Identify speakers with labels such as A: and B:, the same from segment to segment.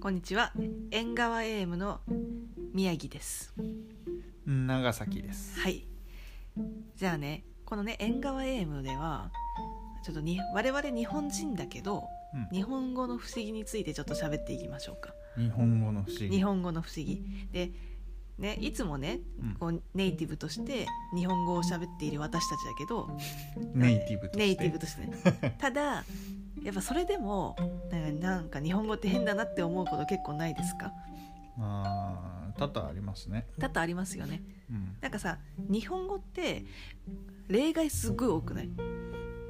A: こんにちは縁側 AM の宮城です
B: 長崎です
A: はいじゃあねこのね縁側 AM ではちょっとに我々日本人だけど
B: うん
A: 日本語の不思議についてちょっと喋っていきましょうか
B: 日本語の不思議
A: 日本語の不思議でねいつもね
B: うん
A: こうネイティブとして日本語を喋っている私たちだけど
B: ネイティブとして
A: ネイティブとして ねただやっぱそれでもなんかなんか日本語って変だなって思うこと結構ないですか
B: あー多々ありますね、
A: 多々ありますよね
B: うん、
A: なんかさ日本語って例外すごい多くない、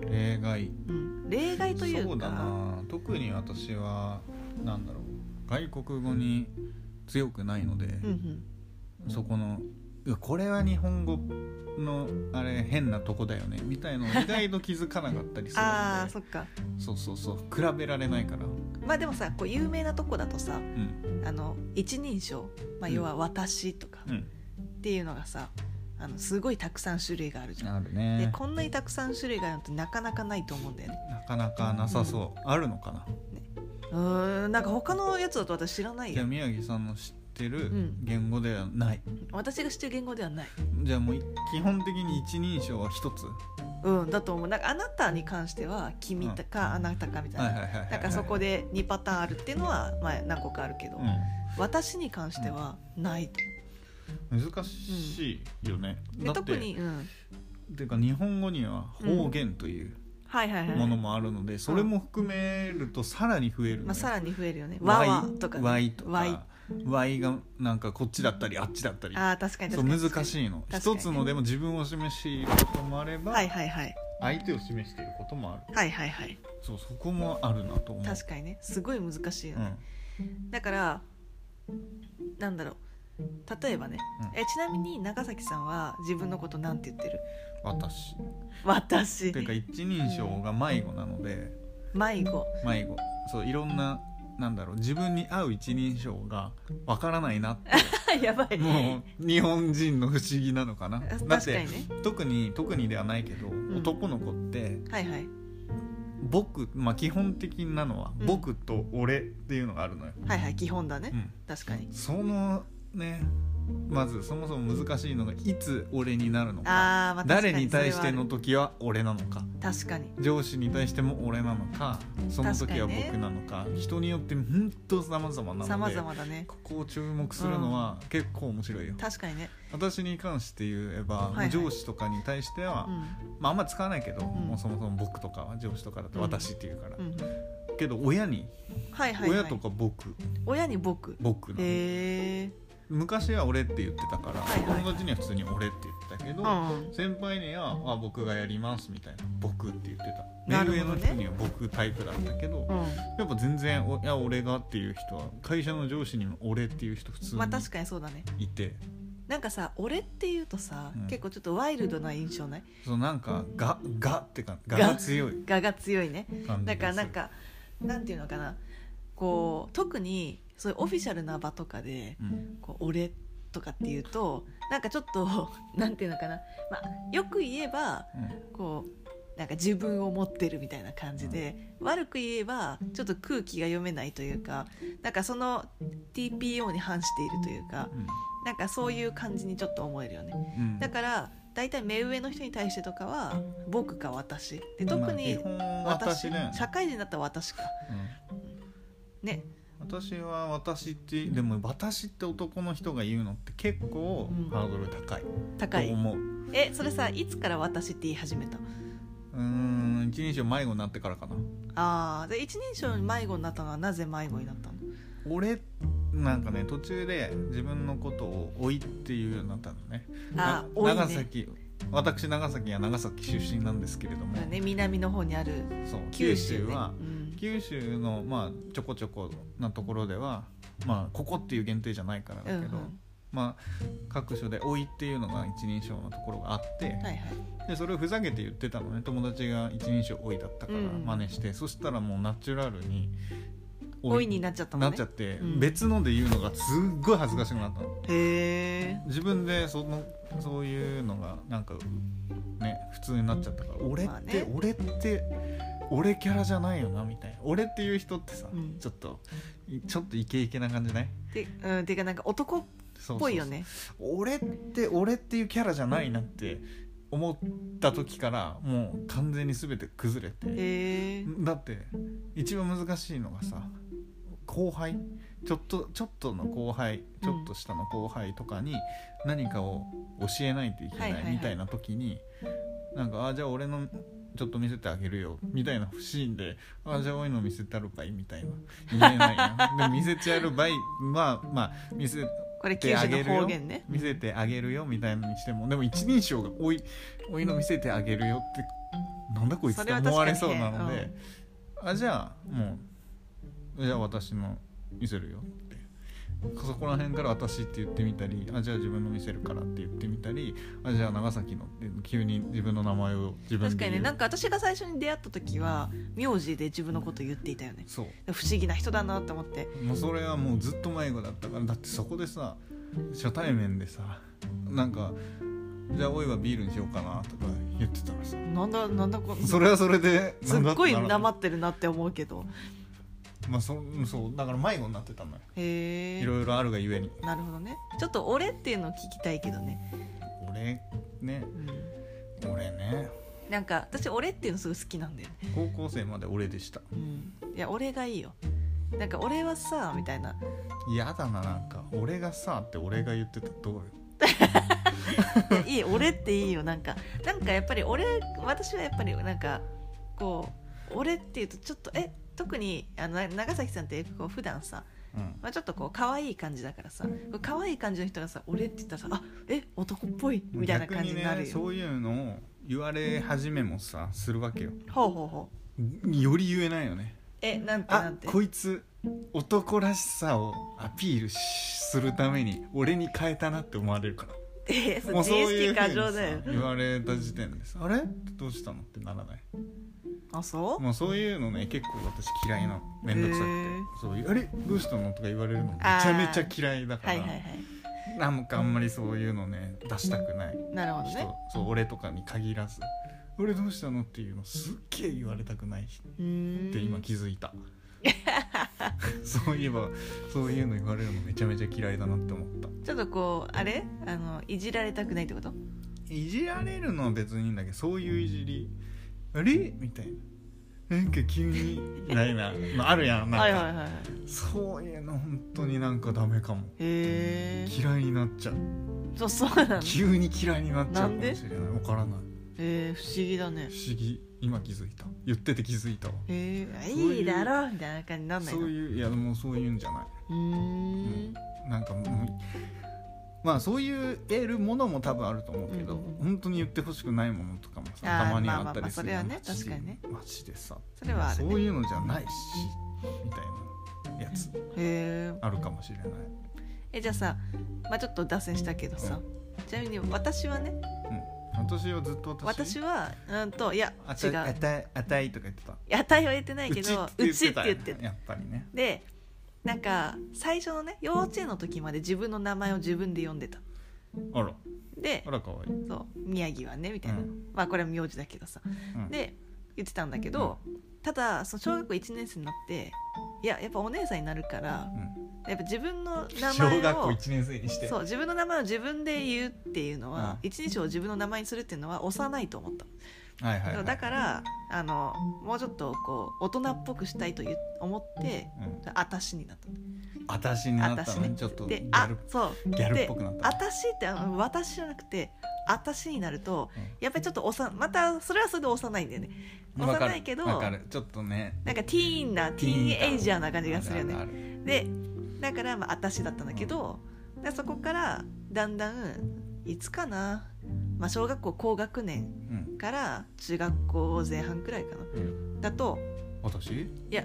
B: 例外
A: うん、例外というか
B: そうだな特に私はなんだろう外国語に強くないので、
A: うんうん、
B: そこのうわこれは日本語のあれ変なとこだよねみたいのを意外と気づかなかったりする ので
A: あーそっか
B: そうそうそう比べられないから、う
A: まあでもさこう有名なとこだとさ
B: ん
A: あの一人称、まあ、
B: うん
A: 要は「私」とか
B: うん、
A: っていうのがさあのすごいたくさん種類があるじゃん。
B: あ
A: で
B: るね
A: こんなにたくさん種類があるのってなかなかないと思うんだよね。
B: なかなかなさそう、あるのかな
A: うーんなんか他のやつだと私知らない
B: じゃあ
A: よ。
B: 宮城さんの知ってる
A: ん
B: 言語ではない、
A: 私が知ってる言語ではない。
B: じゃあもうい基本的に一人称は一つ
A: うんだと思う。なんかあなたに関しては君とかあなたかみたい
B: はい
A: な
B: はいはいはい
A: なんかそこで2パターンあるっていうのは、まあ、何個かあるけど、
B: う
A: 私に関してはない、
B: ん難しいよね、だ
A: で
B: って
A: 特に、うん、
B: っていうか日本語には方言という
A: はいはいはい
B: ものもあるので、それも含めるとさらに増えるのよ
A: まあ、さらに増えるよね「わ
B: わ
A: わ
B: い」
A: とか、ね「
B: わいと
A: わい
B: かわいがなんかこっちだったりあっちだったり
A: あー確かに
B: そう
A: 確かに
B: 難しいの
A: 確か
B: 一
A: に
B: つのでも自分を示していることもあれば、
A: はいはいはい
B: 相手を示していることもある
A: はいはいはい
B: そうそこもあるなと思う
A: 確かにねすごい難しいよね、
B: うん
A: だからなんだろう例えばね、
B: うん
A: えちなみに長崎さんは自分のことなんて言ってる
B: 私
A: 私
B: ていうか一人称が迷子なので
A: 迷 子
B: 迷子そういろんななんだろう自分に合う一人称がわからない なって
A: あやばい
B: もう日本人の不思議なのかな
A: 確
B: だ
A: か
B: っ
A: に
B: て
A: ね
B: 特に特にではないけど、
A: ん
B: 男の子って
A: はいはい
B: 僕、まあ、基本的なのは、
A: うん
B: 僕と俺っていうのがあるのよ、
A: はいはい基本だね、
B: うん、
A: 確かに
B: そのねまずそもそも難しいのがいつ俺になるのか
A: あー、まあ、
B: 誰に対して
A: 確か
B: の
A: に
B: 時は俺なのか
A: それはある確かに
B: 上司に対しても俺なのかその時
A: 確か
B: は
A: にね
B: 僕なのか人によって本当様々なの
A: 様
B: で
A: 々だね
B: ここを注目するのは結構面白いよ、
A: 確かにね、
B: 私に関して言えば、
A: いはい
B: 上司とかに対しては、
A: うん
B: まあ、あんま使わないけど、もうそもそも僕とかは上司とかだと私っていうから、
A: うん、
B: けど親に、
A: はいはい、はい、
B: 親とか僕
A: 親に僕
B: 僕なの
A: へえ
B: 昔は俺って言ってたから、
A: はいはい
B: 友達には普通に俺って言ってたけど、
A: うん
B: 先輩にはあ僕がやりますみたいな僕って言って
A: な
B: た
A: るほ
B: 目上
A: ど
B: の
A: ね
B: 人には僕タイプだったけど、
A: うん、
B: やっぱ全然おいや俺がっていう人は会社の上司にも俺っていう人普通に
A: まあ確かにそうだね
B: いて、
A: なんかさ俺っていうとさ、
B: うん
A: 結構ちょっとワイルドな印象ない
B: そのなんかががってかが
A: が
B: が強い
A: 我が強いね
B: 感じ
A: だ
B: が
A: から
B: する
A: なん、かなんていうのかなこう特にそういうオフィシャルな場とかで
B: うん
A: こう俺とかっていうとなんかちょっと なんていうのかな、まあ、よく言えば
B: うん
A: こうなんか自分を持ってるみたいな感じで、悪く言えばちょっと空気が読めないというかなんかその TPO に反しているというかなんかそういう感じにちょっと思えるよね
B: うんうん
A: だから大体目上の人に対してとかは僕か私で特に
B: まあ基本
A: 私
B: 私だよね
A: 社会人だったら私かね
B: うん私は私ってでも私って男の人が言うのって結構
A: うん
B: ハードル高い
A: 高
B: と
A: い
B: 思う、
A: えそれさいつから私って言い始めた
B: うーん一人称迷子になってからかな
A: あーで一人称に迷子になったのはなぜ迷子になったの
B: 俺なんかね途中で自分のことを「おい」っていうようになったのね
A: あ
B: な
A: ー多いね
B: 長崎私長崎は長崎出身なんですけれども、
A: だからね南の方にある
B: そう
A: 九
B: 九
A: 州,、ね
B: 州は、
A: うん
B: 九州のまあちょこちょこなところではまあここっていう限定じゃないからだけど、
A: うんうん
B: まあ各所で「おい」っていうのが一人称のところがあって、
A: はいはい
B: でそれをふざけて言ってたのね友達が一人称「おい」だったから
A: うん
B: 真似して、そしたらもうナチュラルに「
A: 老いになっちゃったの
B: な
A: ね
B: っちゃって、
A: うん
B: 別ので言うのがすっごい恥ずかしくなったの
A: へえ
B: 自分でそのそういうのがなんかね普通になっちゃったから俺って、
A: まあね
B: 俺って俺キャラじゃないよなみたい俺っていう人ってさ、
A: うん
B: ちょっといちょっとイケイケな感じない
A: でうん、ていうかなんか男っ
B: そうそうそう
A: ぽいよね
B: 俺って俺っていうキャラじゃないなって思った時からもう完全に全て崩れて
A: へえ
B: だって一番難しいのがさ後輩ちょっとちょっとの後輩ちょっと下の後輩とかに何かを教えないといけ
A: はいはい
B: な
A: はいい
B: みたいな時になんか「あじゃあ俺のちょっと見せてあげるよ」みたいなシーンで「あじゃあ俺の見せたるばい」みたいな言えないなでも見せちゃるばいまあまあ見せ
A: これ
B: 見せて
A: 九
B: あ
A: 州
B: げ
A: の
B: るよ
A: 方言ね
B: 見せてあげるよみたいなのにしてもでも一人称が「おいおいの見せてあげるよ」ってなんだこいつって思われそうなの
A: それは確かに
B: で
A: ね、
B: あじゃあもうじゃあ私の見せるよってそこら辺から「私」って言ってみたり「あじゃあ自分の見せるから」って言ってみたり「あじゃあ長崎の」って急に自分の名前を自分
A: 確
B: で
A: か
B: 言う
A: にねなんか私が最初に出会った時は名字で自分のこと言っていたよね
B: そう
A: 不思議な人だなと思って
B: もうそれはもうずっと迷子だったからだってそこでさ初対面でさなんか「じゃあおいはビールにしようかな」とか言ってたらさ
A: なんだなんだこ
B: それはそれで
A: すっごい
B: なんだ
A: なまってるなって思うけど
B: まあ、そそうだから迷子になってたのよ
A: へ
B: い
A: え
B: ろいろあるがゆえに
A: なるほどねちょっと俺っていうのを聞きたいけどね、
B: 俺ね
A: うん、
B: 俺ね
A: なんか私俺っていうのすごい好きなんだよね、
B: 高校生まで俺でした
A: うん、いや俺がいいよなんか俺はさみたいな
B: 嫌だななんか俺がさって俺が言ってたらどうよ
A: いやいい俺っていいよなんかなんかやっぱり俺私はやっぱりなんかこう俺っていうとちょっとえ特にあのな長崎さんってこう普段さ、
B: うん
A: まあ、ちょっとこう可愛い感じだからさこう可愛い感じの人がさ俺って言ったらさあえ男っぽいみたいな感じにな
B: 逆
A: る
B: ね、
A: よ、
B: そういうのを言われ始めもさするわけよ
A: ほうほうほう
B: より言えないよね
A: えなんてな
B: あ
A: んて
B: こいつ男らしさをアピールしするために俺に変えたなって思われるから
A: えそう
B: もう
A: 自
B: そう
A: 意
B: い
A: 識
B: うふう
A: 過
B: に
A: 剰だよ
B: さ言われた時点でさあれどうしたのってならない
A: あそう
B: もうそういうのね結構私嫌いなのめんどくさくて
A: へー
B: そういうあれどうしたのとか言われるのめちゃめちゃ嫌いだか
A: は
B: ら、
A: いはいはい
B: なんかあんまりそういうのね出したくない
A: なるほど
B: 人、
A: ね
B: そう俺とかに限らず俺どうしたのっていうのすっげえ言われたくない人
A: うーん
B: って今気づい たそういえばそういうの言われるのめちゃめちゃ嫌いだなって思った
A: ちょっとこうあれあのいじられたくないってこと
B: いじられるのは別にいいんだけどそういういじりあれみたいななんか急にないな、まあ、あるやんなんか、
A: はいはいはいはい
B: そういうの本当になんかダメかも
A: へえ
B: 嫌いになっちゃう
A: そうそうなんだ
B: 急に嫌いになっちゃ
A: な
B: うか
A: ん
B: も
A: で
B: しれない分からない
A: えー、不思議だね
B: 不思議今気づいた言ってて気づいたわ
A: えー、
B: そういう
A: いいだろうみたいな感じになんない
B: そ
A: の
B: う
A: う
B: いういやもうそういうんじゃない
A: ーん
B: なんかもうまあそういう得るものも多分あると思うけど、
A: うんうんうん
B: 本当に言ってほしくないものとかもさ
A: あー
B: たまには
A: ま
B: あ
A: あ
B: った
A: まあま
B: り
A: あ
B: す
A: そ
B: る
A: れはね
B: マジ
A: 確かにね
B: マジでさ
A: それはある
B: そう
A: ね
B: いうのじゃないしみたいなやつ
A: へー
B: あるかもしれない、
A: えじゃあさまあちょっと脱線したけどさ、ちなみに私はね
B: うん、私はずっと私
A: 私はうんといや
B: あた
A: 違
B: あ
A: う
B: たあたいとか言ってた
A: いや値は言ってないけどう
B: う
A: ち
B: ち
A: っ
B: ってて
A: 言
B: 言
A: っ
B: っ
A: て
B: てたよねやっぱりね
A: でなんか最初のね幼稚園の時まで自分の名前を自分で呼んでた
B: あら
A: で
B: あらかわいい、
A: そう宮城はねみたいな、
B: うん
A: まあこれは名字だけどさ
B: うん、
A: で言ってたんだけど、ただその小学校1年生になっていややっぱお姉さんになるから
B: うん、
A: やっぱ自分の名前
B: 小
A: を
B: 学校1年生にして
A: そう自分の名前を自分で言うっていうのは、
B: う
A: 一日を自分の名前にするっていうのは幼いと思った、
B: はいはい、はい、
A: だからあのもうちょっとこう大人っぽくしたいという思って
B: う
A: 「
B: ん、
A: あたし」になった
B: 私になった
A: 私
B: の
A: ね
B: にちょっとギ
A: で「
B: ャ
A: あ
B: ル
A: そう」
B: ギャルっ
A: で
B: ぽくな
A: 「
B: った
A: あたし」ってあの私じゃなくて「あたし」になると、
B: うん
A: やっぱりちょっとおさまたそれはそれで幼いんだよね
B: わかる
A: 幼いけど
B: わかるちょっとね
A: なんかティーンなティーンエイジャーな感じがするよね
B: あるある
A: でだからまあ私だったんだけど、でそこからだんだんいつかな、まあ、小学校高学
B: あ
A: 年
B: るうん
A: から中学校前半くらいかなだと
B: 私
A: いや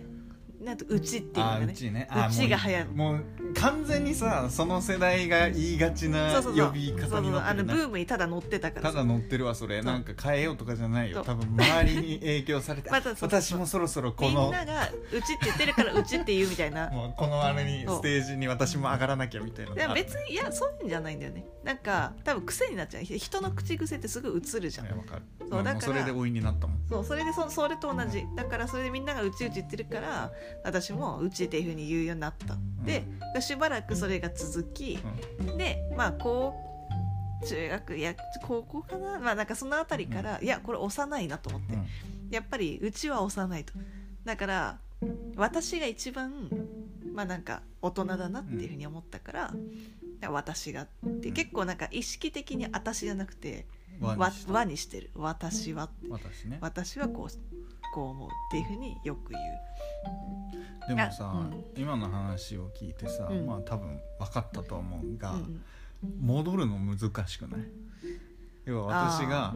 A: なんとうちっていうのが
B: あーう
A: ね
B: ちねあー
A: うちが流行る
B: もう完全にさその世代が言いがちな
A: そうそうそう
B: 呼び
A: そ
B: 方
A: うそ
B: に
A: う
B: な
A: あ
B: って
A: の
B: る
A: ブ
B: な
A: ームにただ乗ってたから
B: た
A: さ
B: だ乗ってるわそ
A: そ
B: れ
A: う
B: なんか変えようとかじゃない
A: そ
B: よ
A: う
B: 多分周りに影響 されて
A: またそうそう
B: 私もそろそろこ
A: みん
B: の
A: ながうちって言ってるからうちって言うみたい な
B: もうこのあれに
A: そう
B: ステージに私も上がらなきゃみたいなの
A: い
B: が
A: や
B: ある
A: 別にいやそういうんじゃないんだよねなんか多分癖になっちゃうひ人の口癖ってすぐ映るじゃ
B: いや
A: ん
B: わかる
A: う
B: もう
A: だから
B: それで老いになったもん
A: そうそれでそそれと同じだからそれでみんながうちうち言ってるから私もうちっていうふうに言うようになったでしばらくそれが続きでまあこう中学いや高校かなまあなんかそのあたりからいやこれ幼いなと思って
B: うん
A: やっぱりうちは幼いとだから私が一番まあなんか大人だなっていうふうに思ったからだから私がって
B: うん
A: 結構なんか意識的に私じゃなくて
B: 和
A: わ
B: にして
A: 和にしてる私はって
B: 私ね
A: 私はこうこう思うっていうふうによく言う
B: でもさ、
A: あうん
B: 今の話を聞いてさ、
A: うん
B: まあ多分分かったと思うが、
A: うんうん
B: 戻るの難しくない要は私が
A: あ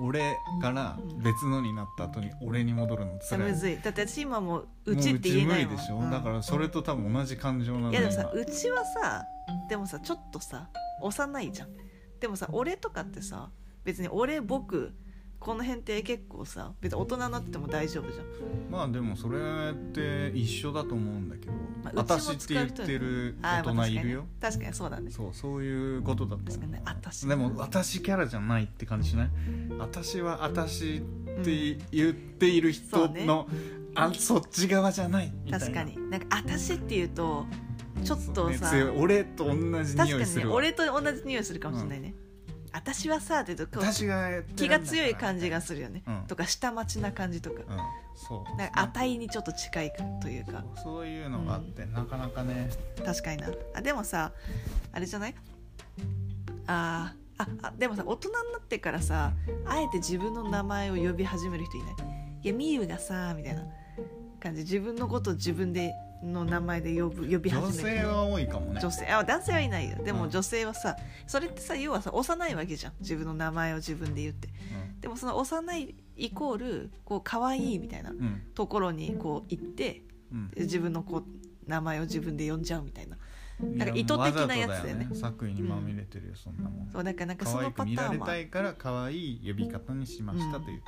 B: 俺から別のになった後に俺に戻るのつ
A: いや
B: らい
A: む
B: も
A: ずいだって私今もう
B: う
A: うちって言えないもん
B: うち無理でしょ、
A: うん
B: だからそれと多分同じ感情なの
A: いやでもさ
B: 今
A: うちはさでもさちょっとさ幼いじゃんでもさ俺とかってさ別に俺僕この辺って結構さ別に大人になっても大丈夫じゃん
B: まあでもそれって一緒だと思うんだけど、
A: まあ
B: 私っ
A: う
B: て
A: ちも使
B: 言
A: う
B: っ
A: 人
B: てる
A: あ
B: 大
A: ーまあ
B: 人いるよ、
A: 確かに確かにそうだね
B: そうそういうことだと
A: 確か
B: 思
A: に
B: う
A: ね私
B: でも私キャラじゃないって感じしない私は私って言っている人
A: そうね
B: の、あそっち側じゃないみたいな
A: 確かになんか私っていうとちょっ
B: そう
A: と
B: ね
A: さ、
B: 強い俺と同
A: 確
B: じ匂
A: か
B: い
A: に
B: す
A: ね
B: るわ、
A: 俺と同じ匂いするかもしれないね、私はさって言うとこう
B: 私がやってるんだ
A: 気が強い感じが
B: す
A: するよね、
B: うん
A: とか下町な感じとか
B: る、うん、そう
A: なんか値にちょっと近いというか
B: そうそういうのがあって、なかなかね
A: 確かになあでもさあれじゃないあーああでもさ大人になってからさあえて自分の名前を呼び始める人いないいやみゆがさみたいな感じ自分のことを自分での名前で呼ぶ呼び始め
B: 女
A: る
B: 性は多いかもね
A: 女性あ男性はいないよで
B: う
A: も
B: ん
A: 女性はさそれってさ要はさ幼いわけじゃん自分の名前を自分で言ってでもその幼いイコールこう可愛いみたいな
B: うんうん
A: ところにこう行って
B: うん
A: 自分のこう名前を自分で呼んじゃうみたいななんか意図的なやつだよね
B: いもうわざと作為にまみれてるよそんなもん
A: そうなんかなんか
B: 可
A: そのパ
B: 愛く
A: タ
B: 見ら
A: ー
B: れ
A: ンは
B: たいから可愛い呼び方にしましたという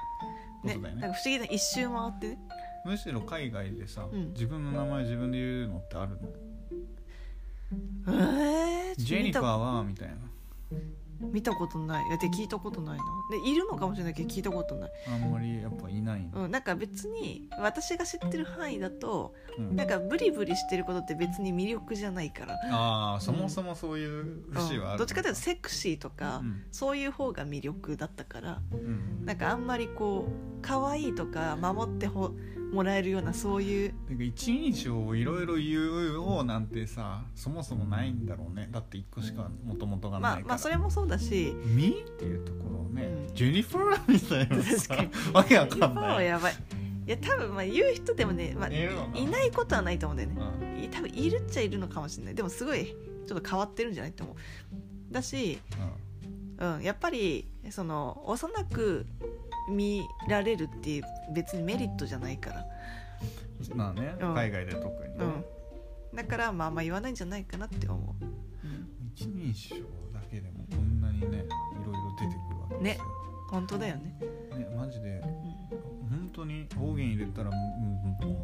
B: こ
A: ね
B: とだよね,、
A: なんか不思議な一周回ってね
B: むしろ海外でさ、
A: うん
B: 自分の名前自分で言うのってあるの
A: えー、ち
B: ジ
A: ょっと
B: ェニ
A: 見
B: ファー
A: た
B: はみたいな
A: 見たことないいやで聞いたことないなでいるのかもしれないけど聞いたことない、
B: あんまりやっぱいないの、
A: うん、なんか別に私が知ってる範囲だと
B: うん
A: なんかブリブリしてることって別に魅力じゃないから、
B: ああそもそもそういう節はある、
A: うんどっちかというとセクシーとか、
B: うん
A: そういう方が魅力だったから
B: うん
A: なんかあんまりこう可愛いとか守ってほもらえるようなそういう
B: なんか一人称をいろいろ言うようなんてさそもそもないんだろうねだって一個しかもともとがない
A: ま
B: か
A: あ
B: ら、
A: まあそれもそうだし
B: ミーっていうところを
A: う
B: ね、
A: ん
B: ジェニファーみたいなさ
A: 確
B: わけわ
A: 日
B: か
A: 本
B: んな
A: はいやばいいや多分まあ言う人でもね、まあ、
B: いるのかない
A: ないことはないと思うんだよね
B: うん
A: い多分いるっちゃいるのかもしれないでもすごいちょっと変わってるんじゃないって思うだし、うん、やっぱりその幼く見られるっていう別にメリットじゃないから、
B: うんまあね、
A: うん
B: 海外で特にね、
A: うん、だからまああんま言わないんじゃないかなって思う、うん、
B: 一人称だけでもこんなにねいろいろ出てくるわけですよ、
A: 本当だよね、
B: ねマジで
A: う
B: 本当に方言入れたら、うんもう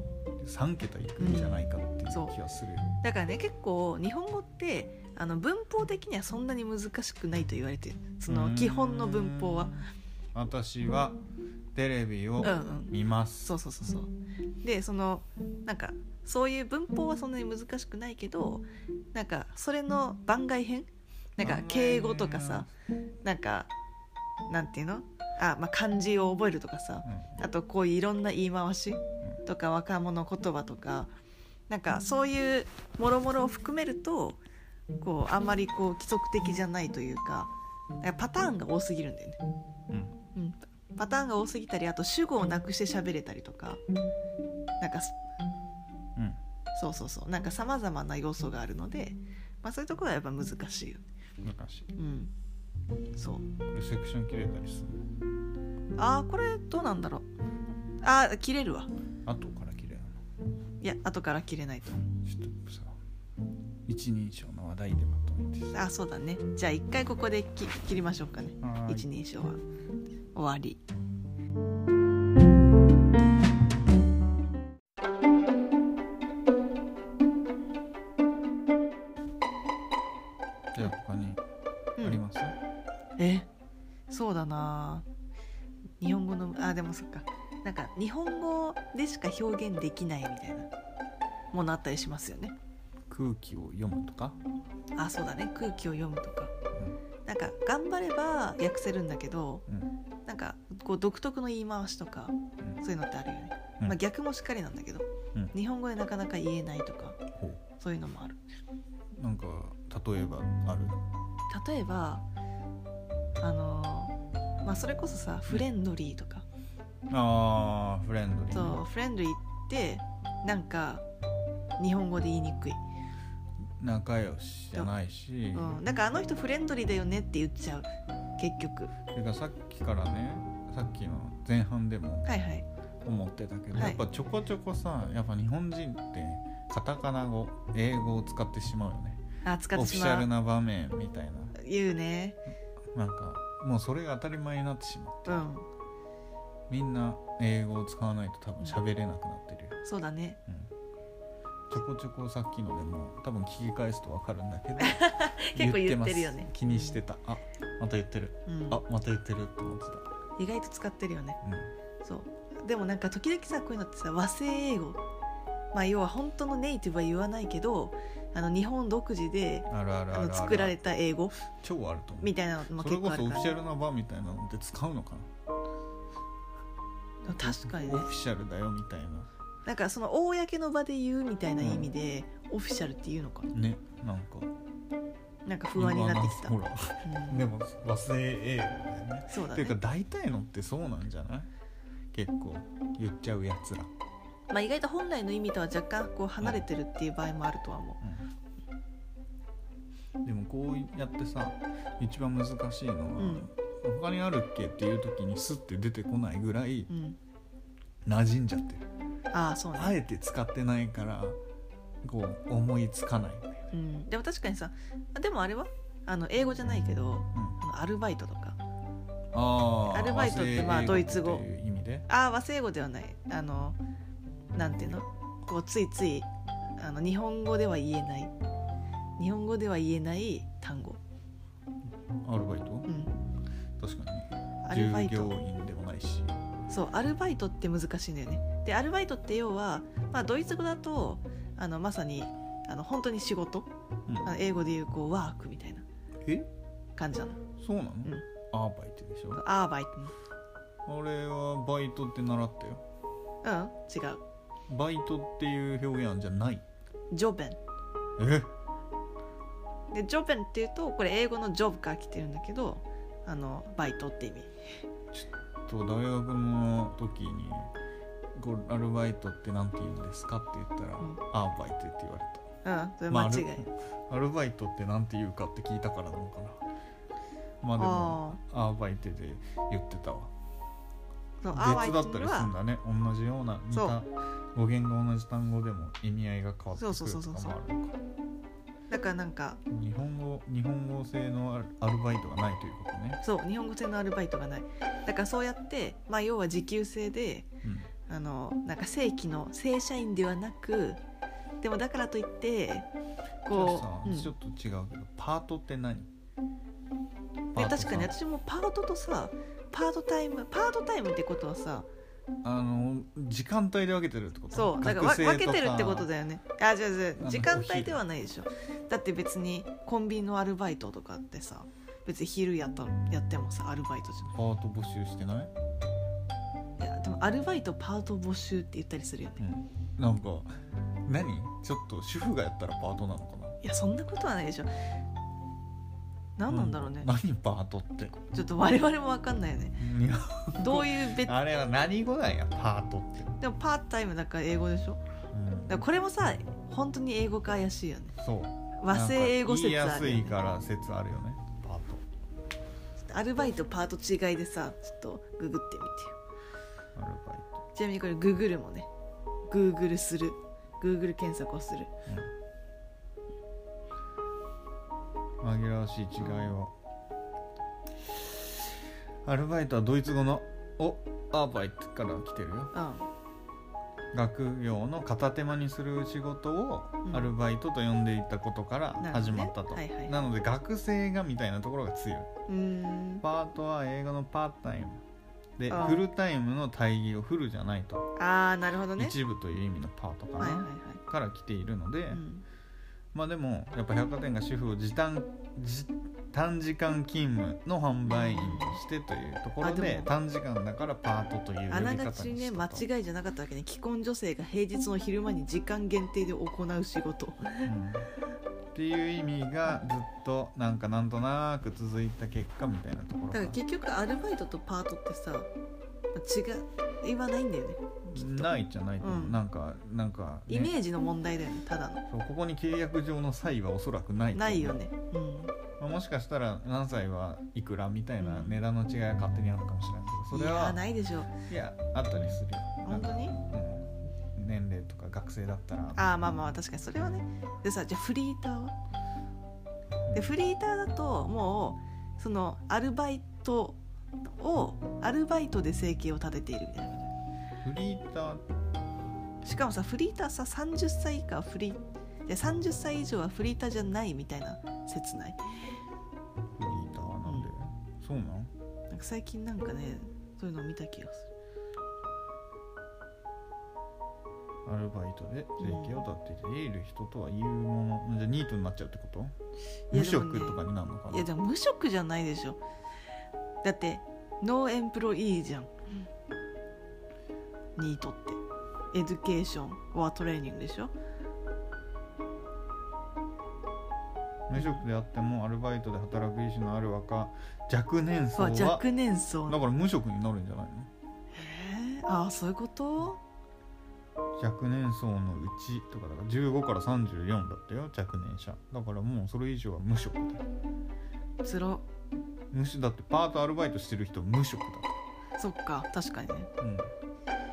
B: 3桁いくんじゃないかっていう気がするよ、
A: ん、だからね結構日本語ってあの文法的にはそんなに難しくないと言われてるその基本の文法は
B: 私はテレビ
A: うん
B: を
A: うん
B: 見ます、
A: そうそうそうそうでそのなんかそういう文法はそんなに難しくないけどなんかそれの番外編なんか敬語とかさなんかなんていうのあ、まあ、漢字を覚えるとかさあとこういういろんな言い回しとか若者言葉とかなんかそういうもろもろを含めるとこうあんまりこう規則的じゃないというかなんかパターンが多すぎるんだよね。
B: うん、うん
A: うん、パターンが多すぎたりあと主語をなくして喋れたりとかなんかそ
B: うん
A: そうそうそうなんかさまざまな要素があるので、まあ、そういうところはやっぱ難しいよね。
B: 昔
A: うん、そう
B: これセクション切れたりする
A: あーこれどうなんだろうあー切れるわ
B: 後から切れなの
A: いや後から切れないと
B: ちょっとさ一人称の話題でまとめてさ
A: あそうだねじゃあ一回ここでき切りましょうかね
B: はーい
A: 一人称は終わり
B: じゃあ他に
A: うん
B: あります、
A: えそうだな日本語のあでもそっかなんか日本語でしか表現できないみたいなものあったりしますよね
B: 空気を読むとか
A: あそうだね空気を読むとかなんか頑張れば訳せるんだけど
B: うんうん
A: なんかこう独特の言い回しとか
B: うん
A: そういうのってあるよね、
B: うん
A: まあ、逆もしっかりなんだけど、
B: うん
A: 日本語でなかなか言えないとか
B: ほう
A: そういうのもある
B: なんか例えばある
A: 例えばあのーまあそれこそさフレンドリーとか
B: あーフレンドリー
A: そうフレンドリーってなんか日本語で言いにくい、
B: 仲良しじゃないし、
A: うん、なんかあの人フレンドリーだよねって言っちゃう結局
B: それからさっきからねさっきの前半でも
A: はいはい
B: 思ってたけど、
A: はい
B: やっぱちょこちょこさやっぱ日本人ってカタカナ語英語を使ってしまうよね
A: あ使っ
B: オ
A: て
B: フ
A: し
B: ィシャ
A: ま
B: ル
A: う
B: な場面みたい
A: 言うね
B: ななんかもうそれが当たり前になってしまう
A: うん
B: みんな英語を使わないと多分喋れなくなってるよ、
A: そうだね
B: うん、ちょこちょこさっきのでも多分聞き返すと分かるんだけど
A: 結構
B: ま
A: 言
B: す
A: ってるよね
B: 気にしてたあまた言ってる
A: うん
B: あまた言ってると思ってた、
A: 意外と使ってるよね
B: うん
A: そうでもなんか時々さこういうのってさ和製英語まあ要は本当のネイティブは言わないけどあの日本独自で
B: あるあるあ
A: あ
B: るあ
A: の
B: る
A: 作られた英語
B: 超あると思う
A: みたいなのも
B: それ
A: 結構
B: こ
A: あ
B: そオ
A: る
B: フ
A: か
B: ィシャ
A: ら
B: ルな場みたいなのって使うのか
A: 確か
B: な、
A: に
B: オ
A: ね
B: フィシャルだよみたいな
A: なんかその公の場で言うみたいな意味で、オフィシャルっていうのかな
B: ねなんか
A: なんか不安になってきた、
B: 今なんかほ
A: う
B: ら
A: ん
B: でも忘れ英語だよね
A: そうだ
B: ってい
A: ね
B: うか大体のってそうなんじゃない結構言っちゃうやつら、
A: まあ、意外と本来の意味とは若干こう離れてるっていう場合もあるとは思
B: うんでもこうやってさ一番難しいのは、
A: ん、
B: 他にあるっけっていう時にスッて出てこないぐらいう
A: うん、
B: 馴染んじゃってる
A: ああそう
B: あ
A: ね、
B: えて使ってないからこう思いつかないんだよね
A: うん、でも確かにさあでもあれはあの英語じゃないけど
B: うん
A: あのアルバイトとか
B: あー
A: アルバイトってまあ
B: 和製英語
A: ドイツ語
B: っていう意味で
A: ああ和製英語ではないあのなんていうのこうついついあの日本語では言えない日本語では言えない単語、
B: アルバイト
A: うん、
B: 確か
A: ア
B: に
A: ルバイ
B: 従業
A: ト
B: 員でもないし
A: そうアルバイトって難しいんだよねでアルバイトって要は、まあ、ドイツ語だとあのまさにあの本当に仕事
B: うん
A: あの英語でいうこうワークみたいな
B: え
A: 感じなの
B: そうなの、
A: ん
B: アーバイトでしょ
A: アーバイ
B: 俺はバイトって習ったよ
A: トうん違う
B: バイトっていう表現じゃない
A: ジョベン
B: え
A: でジョベンっていうとこれ英語のジョブから来てるんだけどあのバイトって意味
B: と大学の時にこうアルバイトってなんて言うんですかって言ったら、
A: うん
B: アーバイトって言われた
A: うんそれ間違い、
B: アルアルバイトってなんて言うかって聞いたからなのかなまあでもアーバイトで言ってたわ
A: そうアーバイ
B: 別だ
A: ト
B: っ
A: って
B: た
A: いう
B: り
A: の
B: する
A: は
B: んだね同じような似
A: そう
B: た語源が同じ単語でも意味合いが変わってくる
A: そうそうそうそう
B: と
A: そう
B: かもあるのか
A: だからなんか
B: 日本語日本語性のアルアルバイトがないということね、
A: そう日本語制のアルバイトがないだからそうやってまあ要は時給制で
B: うん
A: あのなんか正規の正社員ではなくでもだからといってこう、う
B: じゃあ
A: ん
B: さちょっと違うけどパートって何パ
A: で
B: ート
A: 確
B: さ
A: かに私もパートとさパートタイムパートタイムってことはさ
B: あの時間帯で分けてるってこと
A: そうだからわ
B: 学生と
A: 分けてるってことだよねあ違う違
B: あ
A: う
B: の
A: 時間帯ではないでしょだって別にコンビニのアルバイトとかってさ別に昼やったやってもさアルバイトじ
B: パート募集してない、
A: ゃないいやでもアルバイトパート募集って言ったりするよね
B: うん、なんか何ちょっと主婦がやったらパートなのかない
A: やそんなことはないでしょ何なんだろうね、
B: 何パートって
A: ちょっと我々も分かんないよね
B: いや
A: どういう別
B: あれは何語なんやパートって、
A: でもパートタイムだから英語でしょ
B: うん
A: だからこれもさ本当に英語か怪しいよね
B: そう
A: 和製英語説
B: なん
A: あ
B: か
A: るよ
B: 言いや
A: ね
B: すいから説あるよねパート
A: アルバイトパート違いでさちょっとググってみてよ
B: アルバイト
A: ちなみにこれググるもねグーグルする Google 検索をする
B: うん紛らわしい違いはアルバイトはドイツ語の「おアーバイト」から来てるよ
A: うん
B: 学業の片手間にする仕事を
A: うん
B: アルバイトと呼んでいたことから始まったと、
A: なるほどねはいはい
B: なので学生がみたいなところが強いう
A: ーん
B: パートは英語のパートタイムで
A: ああ
B: フルタイムの対義をフルじゃないと、
A: ああなるほどね
B: 一部という意味のパートかな、
A: はいはいは
B: から来ているので、
A: い、うん、
B: まあでもやっぱ百貨店が主婦を時短時短時間勤務の販売員としてというところ
A: あ
B: で
A: でも
B: 短時間だからパートという呼
A: あ
B: び
A: な
B: 方
A: が
B: に
A: ちね
B: し
A: 間
B: たと、
A: 違いじゃなかったわけね既婚女性が平日の昼間に時間限定で行う仕事
B: うんっていう意味がずっとなんかなんとなく続いた結果みたいなところ
A: だか
B: が
A: ら結局アルバイトとパートってさ違いはないんだよね
B: ないじゃないと思う、
A: うん
B: なんかなんか、ね
A: イメージの問題だよねただの
B: そうここに契約上の際はおそらくないと思う
A: ないよねうん
B: まあ、もしかしたら何歳はいくらみたいな
A: うん
B: 値段の違いは勝手にあるかもしれないけどそれ
A: いや
B: は
A: ーないでしょ
B: いやあったりするよ
A: 本当に
B: なんかうん、年齢とか学生だったら
A: ああまあまあ確かにそれはねでさじゃあフリーターはでフリーターだともうそのアルバイトをアルバイトで生計を立てているみたいな
B: フリーター
A: しかもさフリーターさ30歳以下はフリーで30歳以上はフリーターじゃないみたいな切ない
B: フリーターなんで、そうなん
A: なんか最近なんかねそういうのを見た気がす
B: アルバイトで税金を立てている人とは言うものじゃあニートになっちゃうってこと、
A: いや
B: 無
A: でもね
B: 職とかになるのか
A: る
B: ない
A: やでも無職じゃないでしょだってノーエンプロイーじゃんニートってエデュケーションはトレーニングでしょ
B: 無職であってもアルバイトで働く意思のある若若年層
A: は
B: は
A: 若年層
B: だから無職になるんじゃない
A: えー、ああそういうこと
B: の若年層のうちとかだから15から34だったよ若年者だからもうそれ以上は無職だよ
A: つら
B: 無職だってパートアルバイトしてる人無職だから
A: そっか確かにね
B: うん、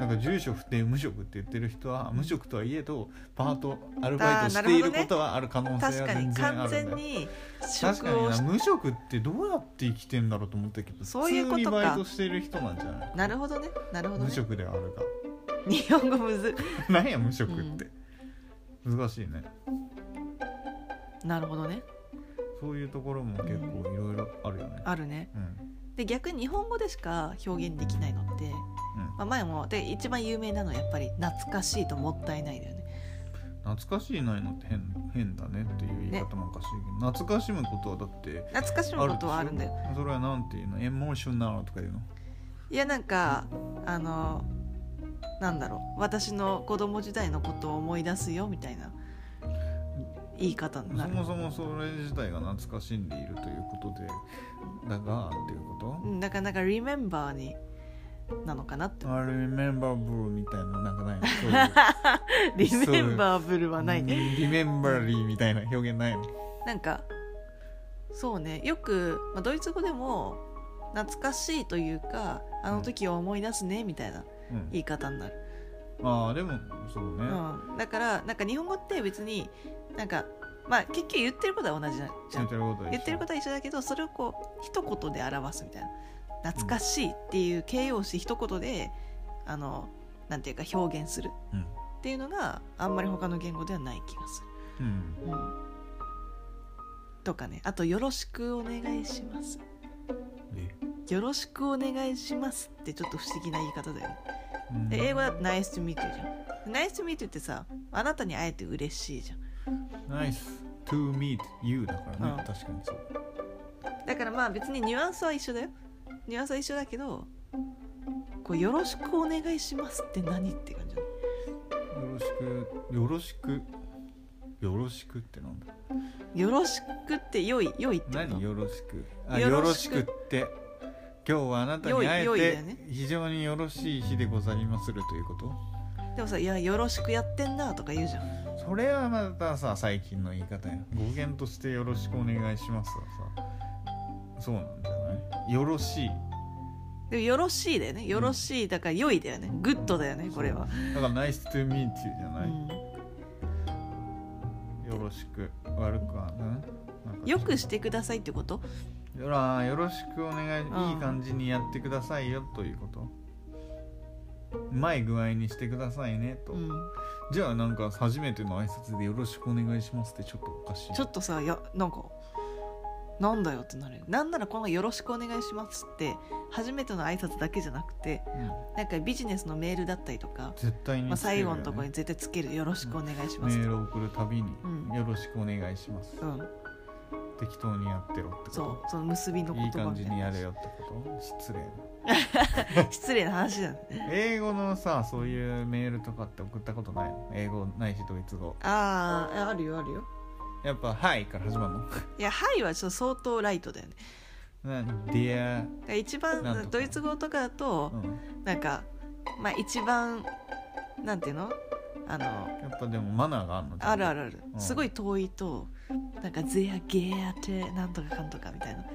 B: なんか住所不定無職って言ってる人は無職とはいえどパートアルバイトしていることはある可能性
A: 確
B: は
A: か
B: 全
A: に
B: 然あ
A: 完
B: るん
A: 全
B: だよ
A: に
B: 確
A: 職
B: かに
A: を
B: な
A: し
B: 無職ってどうやって生きてんだろうと思ったけど
A: そういうことか
B: 普通にバイトしてる人なんじゃない
A: なるほどねなるほど
B: 無
A: ね
B: 職ではある
A: 日本語むず
B: が なんや無職って、難しいね
A: なるほどね
B: そういうところも結構いろいろあるよね、
A: あるね
B: うん
A: で逆に日本語でしか表現できないのって、まあ、前もで一番有名なのはやっぱり「懐かしい」と「もったいない」だよね
B: うん、懐かしいないのって変変だねっていう言い方もおかしいけど、懐かしむことはだって
A: 懐かしむ
B: ある
A: ことはあるんだよ
B: でしょそれはなんていうのエモーショナルとかいうの
A: いやなんかあのなんだろう私の子供時代のことを思い出すよみたいな言い方にな
B: そ
A: る
B: もそもそれ自体が懐かしんでいるということでだがっていうこ
A: うんだからなんか「remember」になのかな って
B: と ?I remember blue みたいななんかないのそう
A: 「rememberable」はないね
B: いう remember みたいな表現ないの
A: なんかそうねよく、まあ、ドイツ語でも懐かしいというかあの時を思い出すねみたいな
B: うん
A: 言い方になる、
B: ああでもそうね
A: うん、だからなんか日本語って別になんかまあ結局言ってることは同じじゃん
B: 言ってることは一緒
A: 言ってることは一緒だけどそれをこう一言で表すみたいな懐かしいっていう形容詞一言であのなんていうか表現する
B: うん
A: っていうのがあんまり他の言語ではない気がする。
B: うん
A: うんとかねあと「よろしくお願いします」
B: え
A: 「よろしくお願いします」ってちょっと不思議な言い方だよね
B: うん
A: で英語だと「Nice to meet you」じゃん「Nice to meet you」ってさあなたに会えて嬉しいじゃん
B: Nice to meet you だから
A: う
B: ね
A: ん
B: 確かにそう
A: だからまあ別にニュアンスは一緒だよニュアンスは一緒だけどこう「よろしくお願いします」って何って感じだね
B: よろしくよろしくよろしくってなんだ
A: よろしくって良い良いってこと
B: 何よろしくあよ
A: よ
B: ろ
A: ろ
B: し
A: し
B: く
A: く
B: って今日はあなたに会
A: よいよいだ
B: え
A: よね
B: て非常によろしい日でございまするということ
A: でもさ「いやよろしくやってんな」とか言うじゃん
B: それはまたさ最近の言い方や語源として「よろしくお願いします」はさそうなんじゃないよろしい
A: でも「よろしい」だよね「よろしい」だから「良い」だよね「グッド」だよねこれは
B: だから「ナイス・トゥ・ミーチュー」じゃな
A: う
B: い、
A: ん
B: よろしく悪くはななんか
A: よくしてくださいってこと
B: よらよろしくお願い
A: うん
B: いい感じにやってくださいよということうまい具合にしてくださいねと、
A: うん
B: じゃあなんか初めての挨拶で「よろしくお願いします」ってちょっとおかしい
A: ちょっとさやなんかなんだよってなるよなんならこの「よろしくお願いします」って初めての挨拶だけじゃなくて
B: うん
A: なんかビジネスのメールだったりとか、
B: 絶対に
A: まあ、
B: つける
A: 最
B: よね
A: 後のところに絶対つける「よろしくお願いしま
B: メ
A: す」
B: ールを送るたびに
A: うん
B: 「よろしくお願いします」
A: うん
B: 適当にやってろってこと
A: そうその結びの言葉
B: いい
A: みた
B: 感じにや
A: な
B: れよってこと失礼な
A: 失礼な話だね
B: 英語のさそういうメールとかって送ったことないの英語ないしドイツ語
A: あーあるよあるよ
B: やっぱ「はい」から始まるの
A: いや「はい」はちょっと相当ライトだよね
B: な Dear
A: だから一
B: なんと
A: 番
B: か
A: ドイツ語とかだと
B: う、ん
A: なんかまあ一番なんていうのあの
B: やっぱでもマナーがあるの
A: あるあるある、
B: うん
A: すごい遠いとなんか「ゼアゲアテなんとかかんとか」みたいな
B: うん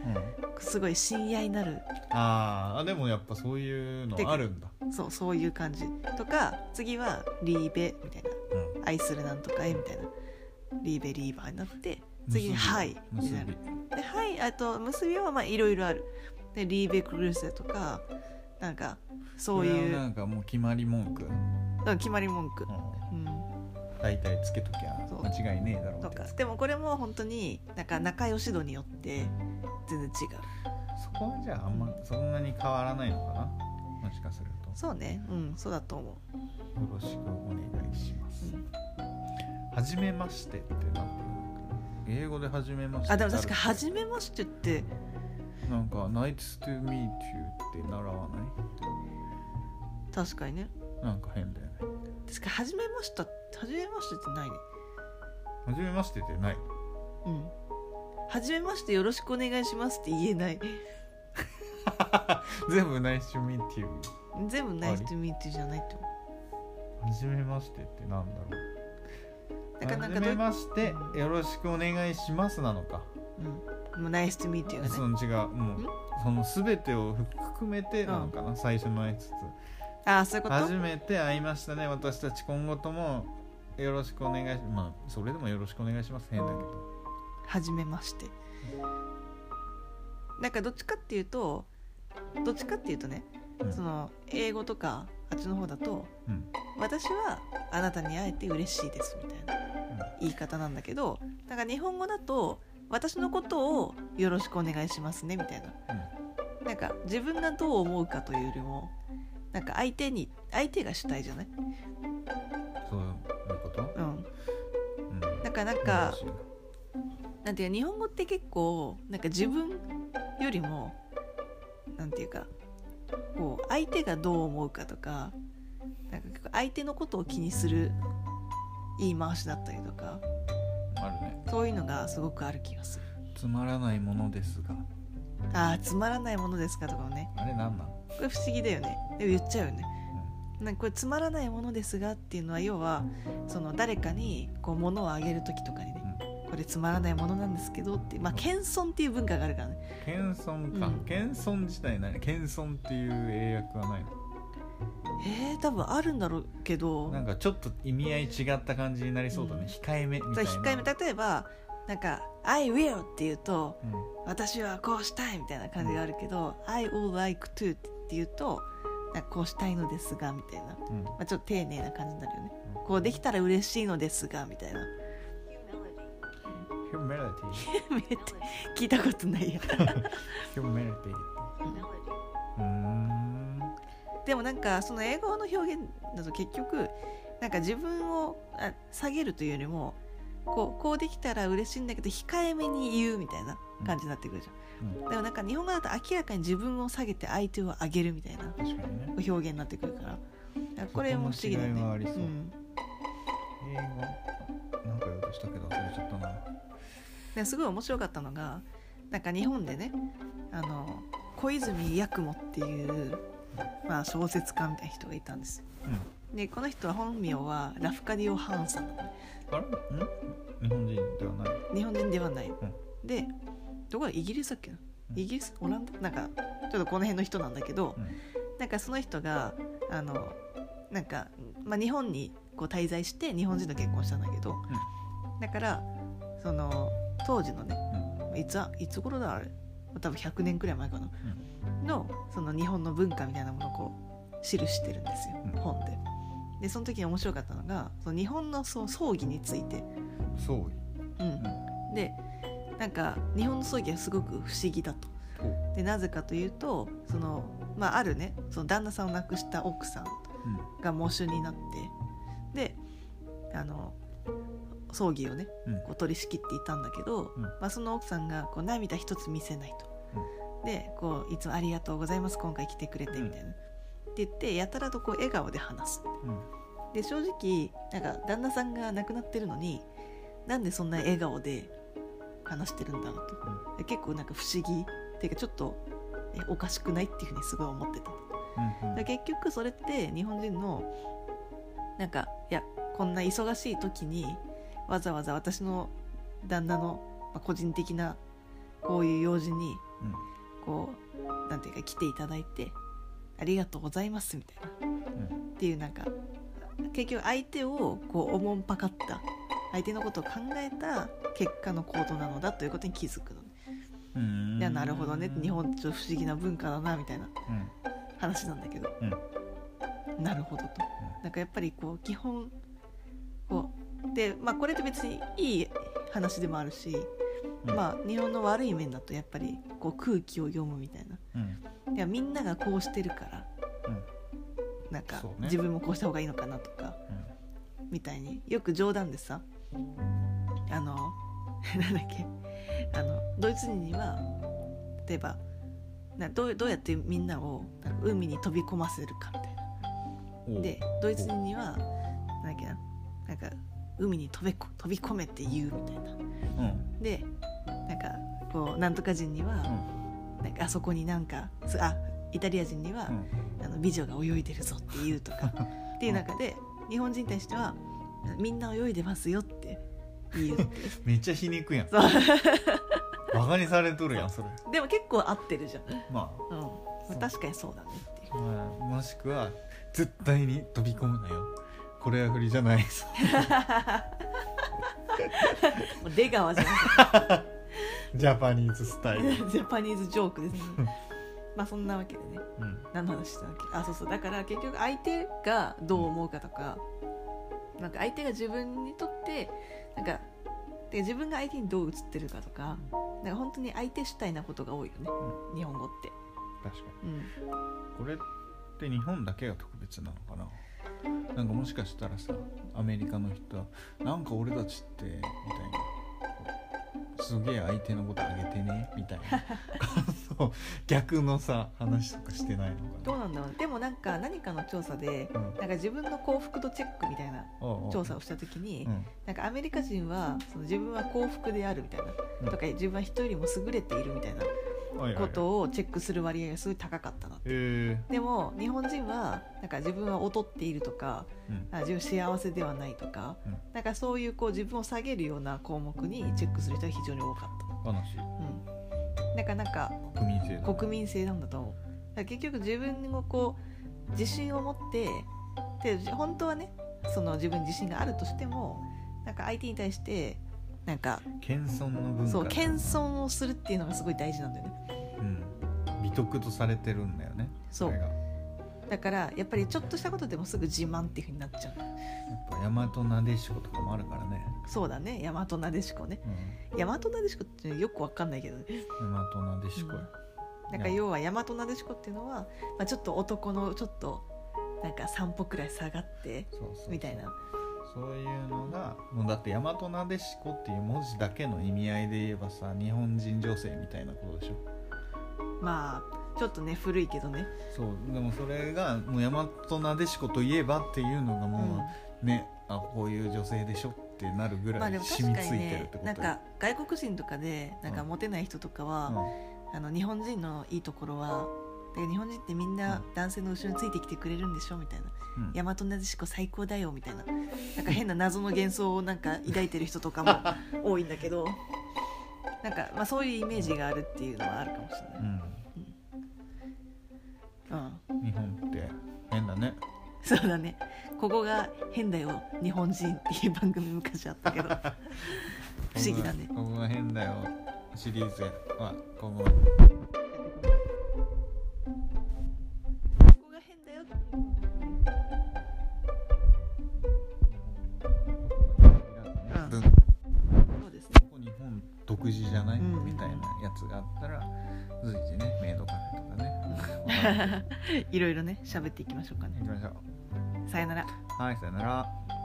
A: すごい親愛になる
B: あーあでもやっぱそういうのあるんだ、
A: そうそういう感じとか次は「リーベ」みたいな
B: う
A: 「
B: ん
A: 愛するなんとかへ」みたいな「リーベリーバー」になって次に「
B: 結び
A: はい」に
B: 結
A: なる
B: び
A: で「はい」あと結びはまあいろいろあるで「リーベクルーセ」とかなんかそうい
B: これはな
A: うん
B: かもう決まり文句、うん
A: うん決まり文句、うん、
B: 大体つけときゃ
A: そう
B: 間違いねえだろう
A: と
B: って
A: か
B: やつ
A: でもこれも本当になんか仲良し度によって全然違う
B: そこはじゃああんまそんなに変わらないのかなもしかすると
A: そうねうんそうだと思う
B: よろしくお願いします
A: うん。
B: はじめましてってなんていうの英語ではじめまして
A: あでも確か「
B: に
A: はじめまして」って
B: なんか「Nice to meet you」って習わな
A: 確かにね
B: いなんか変だよね
A: 確か「はじめました」はじめまして」ってないね
B: はじめましてってない
A: うん「はじめましてよろしくお願いします」って言えない
B: 全部「Nice to meet you」
A: 全部「ナイスとミーティじゃないって思
B: はじめましてってな
A: う
B: んだろう
A: だからなんか
B: は
A: ど
B: じめ
A: う
B: ましてよろしくお願いしますなのか
A: うんもうナイスとミーティが
B: そ
A: ね
B: の違うも
A: ん
B: うその全てを含めてなのかな最初の挨拶
A: ああそういうこと
B: 初めて会いましたね私たち今後ともよろしくお願いしまあそれでもよろしくお願いします変だけど
A: はじめましてなんかどっちかっていうとどっちかっていうとね、
B: うん
A: その英語とかあっちの方だと
B: うん
A: 私はあなたに会えて嬉しいですみたいな言い方なんだけどなんか日本語だと私のことをよろしくお願いしますねみたいななんか自分がどう思うかというよりもなんか相手に相手が主体じゃない
B: そういうこと
A: うん
B: うん
A: だからなんかなんていうか日本語って結構なんか自分よりもなんていうかこう相手がどう思うかとかなんか結構相手のことを気にする言い回しだったりとか
B: あるね
A: そういうのがすごくある気がする
B: つまらないものですが
A: あーつまらないものですかとかもね
B: あれなんなの
A: これ不思議だよねでも言っちゃうよねなんかこれつまらないものですがっていうのは要はその誰かにこう物をあげる時とかにねこれつまらないものなんですけどってまあ謙遜っていう文化があるからね
B: 謙遜か
A: うん
B: 謙遜自体何謙遜っていう英訳はないの
A: えー、多分あるんだろうけど
B: なんかちょっと意味合い違った感じになりそうだ
A: う
B: ね
A: ん
B: 控えめみ
A: そ
B: た
A: う
B: いな
A: 控えめ例えばなんか「I will」って言うと
B: うん
A: 「私はこうしたい」みたいな感じがあるけど「I would like to」って言うと「なんかこうしたいのですが」みたいな、ま
B: うん
A: あ、ちょっと丁寧な感じになるよね
B: う。ん
A: こうできたら嬉しいのですがみたいな
B: humility
A: めっちゃ聞いたことないや
B: humility ってうーん
A: でもなんかその英語の表現だと結局なんか自分をあ下げるというよりもこうこうできたら嬉しいんだけど控えめに言うみたいな感じになってくるじゃん、
B: う
A: でもなんか日本語だと明らかに自分を下げて相手を上げるみたいな
B: 確かにね
A: 表現になってくるからだからこれも不思議だよ
B: そこの違いは
A: ね
B: ありそう
A: うん、
B: 英語なんか言おうとしたけど忘れちゃったな
A: ですごい面白かったのがなんか日本でねあの小泉八雲っていう、まあ、小説家みたいな人がいたんですよ
B: うん
A: でこの人は本名はラフカディオ・ハーンさんなのね
B: あれん日本人ではない
A: 日本人ではない、
B: ん
A: でどこだイギリスだっけな
B: うん
A: イギリスオランダなんかちょっとこの辺の人なんだけど、
B: うん
A: なんかその人があのなんか、まあ、日本にこう滞在して日本人と結婚したんだけど、だからその当時のね
B: うん
A: いつあいつ頃だあれ多分100年くらい前かな、のその日本の文化みたいなものをこう記してるんですよ、
B: うん
A: 本で。でその時に面白かったのがその日本のそう葬儀について、
B: そう
A: うんでなんか日本の葬儀はすごく不思議だと。
B: ほう
A: でなぜかというとその、まあ、あるねその旦那さんを亡くした奥さんが喪主になってであの葬儀をね
B: うんうん
A: こう取り仕切っていたんだけど、
B: うん
A: まあ、その奥さんがこう涙一つ見せないと、でこういつもありがとうございます今回来てくれてみたいな、って言ってやたらとこう笑顔で話す
B: うん
A: で正直なんか旦那さんが亡くなってるのになんでそんな笑顔で話してるんだろうと、で結構なんか不思議っていうかちょっとえおかしくないっていうふうにすごい思ってた
B: うんうん
A: だから結局それって日本人のなんかいやこんな忙しい時にわざわざ私の旦那のまあ個人的なこういう用事に
B: うん
A: こうなんていうか来ていただいてありがとうございますみたいなっていうなんか結局相手をこうおもんぱかった相手のことを考えた結果の行動なのだということに気づくのね
B: うんうん
A: いやなるほどね日本ってちょっと不思議な文化だなみたいな
B: うん
A: 話なんだけど、なるほどと、なんかやっぱりこう基本こうでまあこれって別にいい話でもあるし、
B: うん
A: まあ日本の悪い面だとやっぱりこう空気を読むみたいな
B: うん
A: いやみんながこうしてるから
B: うん
A: なんか
B: そうね
A: 自分もこうした方がいいのかなとかみたいによく冗談でさあの なんだっけあのドイツ人には例えばなどうどうやってみんなをなんか海に飛び込ませるかみたいな。
B: うんおう
A: でドイツ人にはなんだっけななんか海に飛べこ飛び込めって言うみたいな
B: うん
A: でなんかこうなんとか人には、なんかあそこになんかすあイタリア人には
B: う、ん
A: あの美女が泳いでるぞって言うと かっていう中で日本人に対してはみんな泳いでますよって言 うっていう
B: めっちゃ皮肉やん
A: そう
B: バカにされとるやんそれ
A: でも結構合ってるじゃん、
B: まあ
A: うんまあ、確かにそうだねっていう
B: まあもしくは絶対に飛び込むなよこれは振りじゃないぞ
A: もう 出川じゃん
B: ジャパニーズスタイル、
A: ジャパニーズジョークですねまあそんなわけでね
B: うん
A: 何の話してたっけあそうそうだから結局相手がどう思うかとか、なんか相手が自分にとってなんかで自分が相手にどう映ってるかとかなんか本当に相手主体なことが多いよね、日本語って、
B: 確かに
A: うん、
B: これって日本だけが特別なのかななんかもしかしたらさアメリカの人はなんか俺たちってみたいなすげえ相手のことあげてねみたいな そう逆のさ話とかしてないの
A: ど
B: か
A: うなんだろうでもなんか何かの調査で
B: な、うん
A: なんか自分の幸福度チェックみたいな
B: おうおう
A: 調査をした時に、
B: うん
A: なんかアメリカ人はその自分は幸福であるみたいな、
B: うん
A: とか自分は人よりも優れているみたいな
B: はいはいはい
A: ことをチェックする割合がすごい高かったな
B: へえ
A: でも日本人はなんか自分は劣っているとか
B: うん
A: あ自分幸せではないとか、
B: うん
A: なんかそういうこう自分を下げるような項目にチェックする人が非常に多かっ
B: 話
A: た、うん、なんかなんか
B: 国民性だね
A: 国民性なんだと思うだから結局自分をこう自信を持ってでじ本当はねその自分に自信があるとしてもなんか相手に対してなんか
B: 謙遜の文化
A: そう謙遜をするっていうのがすごい大事なんだよね
B: うん、美徳とされてるんだよね
A: そう
B: れがや
A: だからやっぱりちょっとしたことでもすぐ自慢っていうふうになっちゃう
B: っぱ大和なでしことかもあるからね、
A: そうだね大和なでしこね
B: う
A: 大和なでしこってよくわかんないけどね
B: ん、大和なでしこや、
A: なんか要は大和なでしこっていうのは、まあ、ちょっと男のちょっとなんか3歩くらい下がって
B: そうそうそう
A: みたいな
B: そういうのがもうだって大和なでしこっていう文字だけの意味合いで言えばさ日本人女性みたいなことでしょ
A: まあちょっとね古いけどね、
B: そうでもそれがもう大和なでしこといえばっていうのがもう、ねあこういう女性でしょってなるぐ
A: ま
B: ら
A: あで
B: い
A: も
B: 染
A: 確
B: み
A: か
B: つい
A: に
B: てるっ
A: ね
B: てこと
A: なん
B: よ
A: か外国人とかでなんか
B: うん
A: モテない人とかは、あの日本人のいいところはで日本人ってみんな男性の後ろについてきてくれるんでしょみたいな
B: うんうん
A: 大和なでしこ最高だよみたいななんか変な謎の幻想をなんか抱いてる人とかも多いんだけどなんか、まあ、そういうイメージがあるっていうのはあるかもしれない、
B: うん
A: うん
B: 日本って変だね
A: そうだねここが変だよ日本人っていう番組昔あったけど不思議だね
B: ここが変だよシリーズは今後
A: ここが変だよ
B: うん
A: うん
B: こ
A: そうですね
B: こ日本独自じゃない、
A: うん
B: みたいなやつがあったら随時ねメイドカフェとかね
A: いろいろね喋っていきましょうかね
B: 行きましょ
A: さよなら
B: うはいさよなら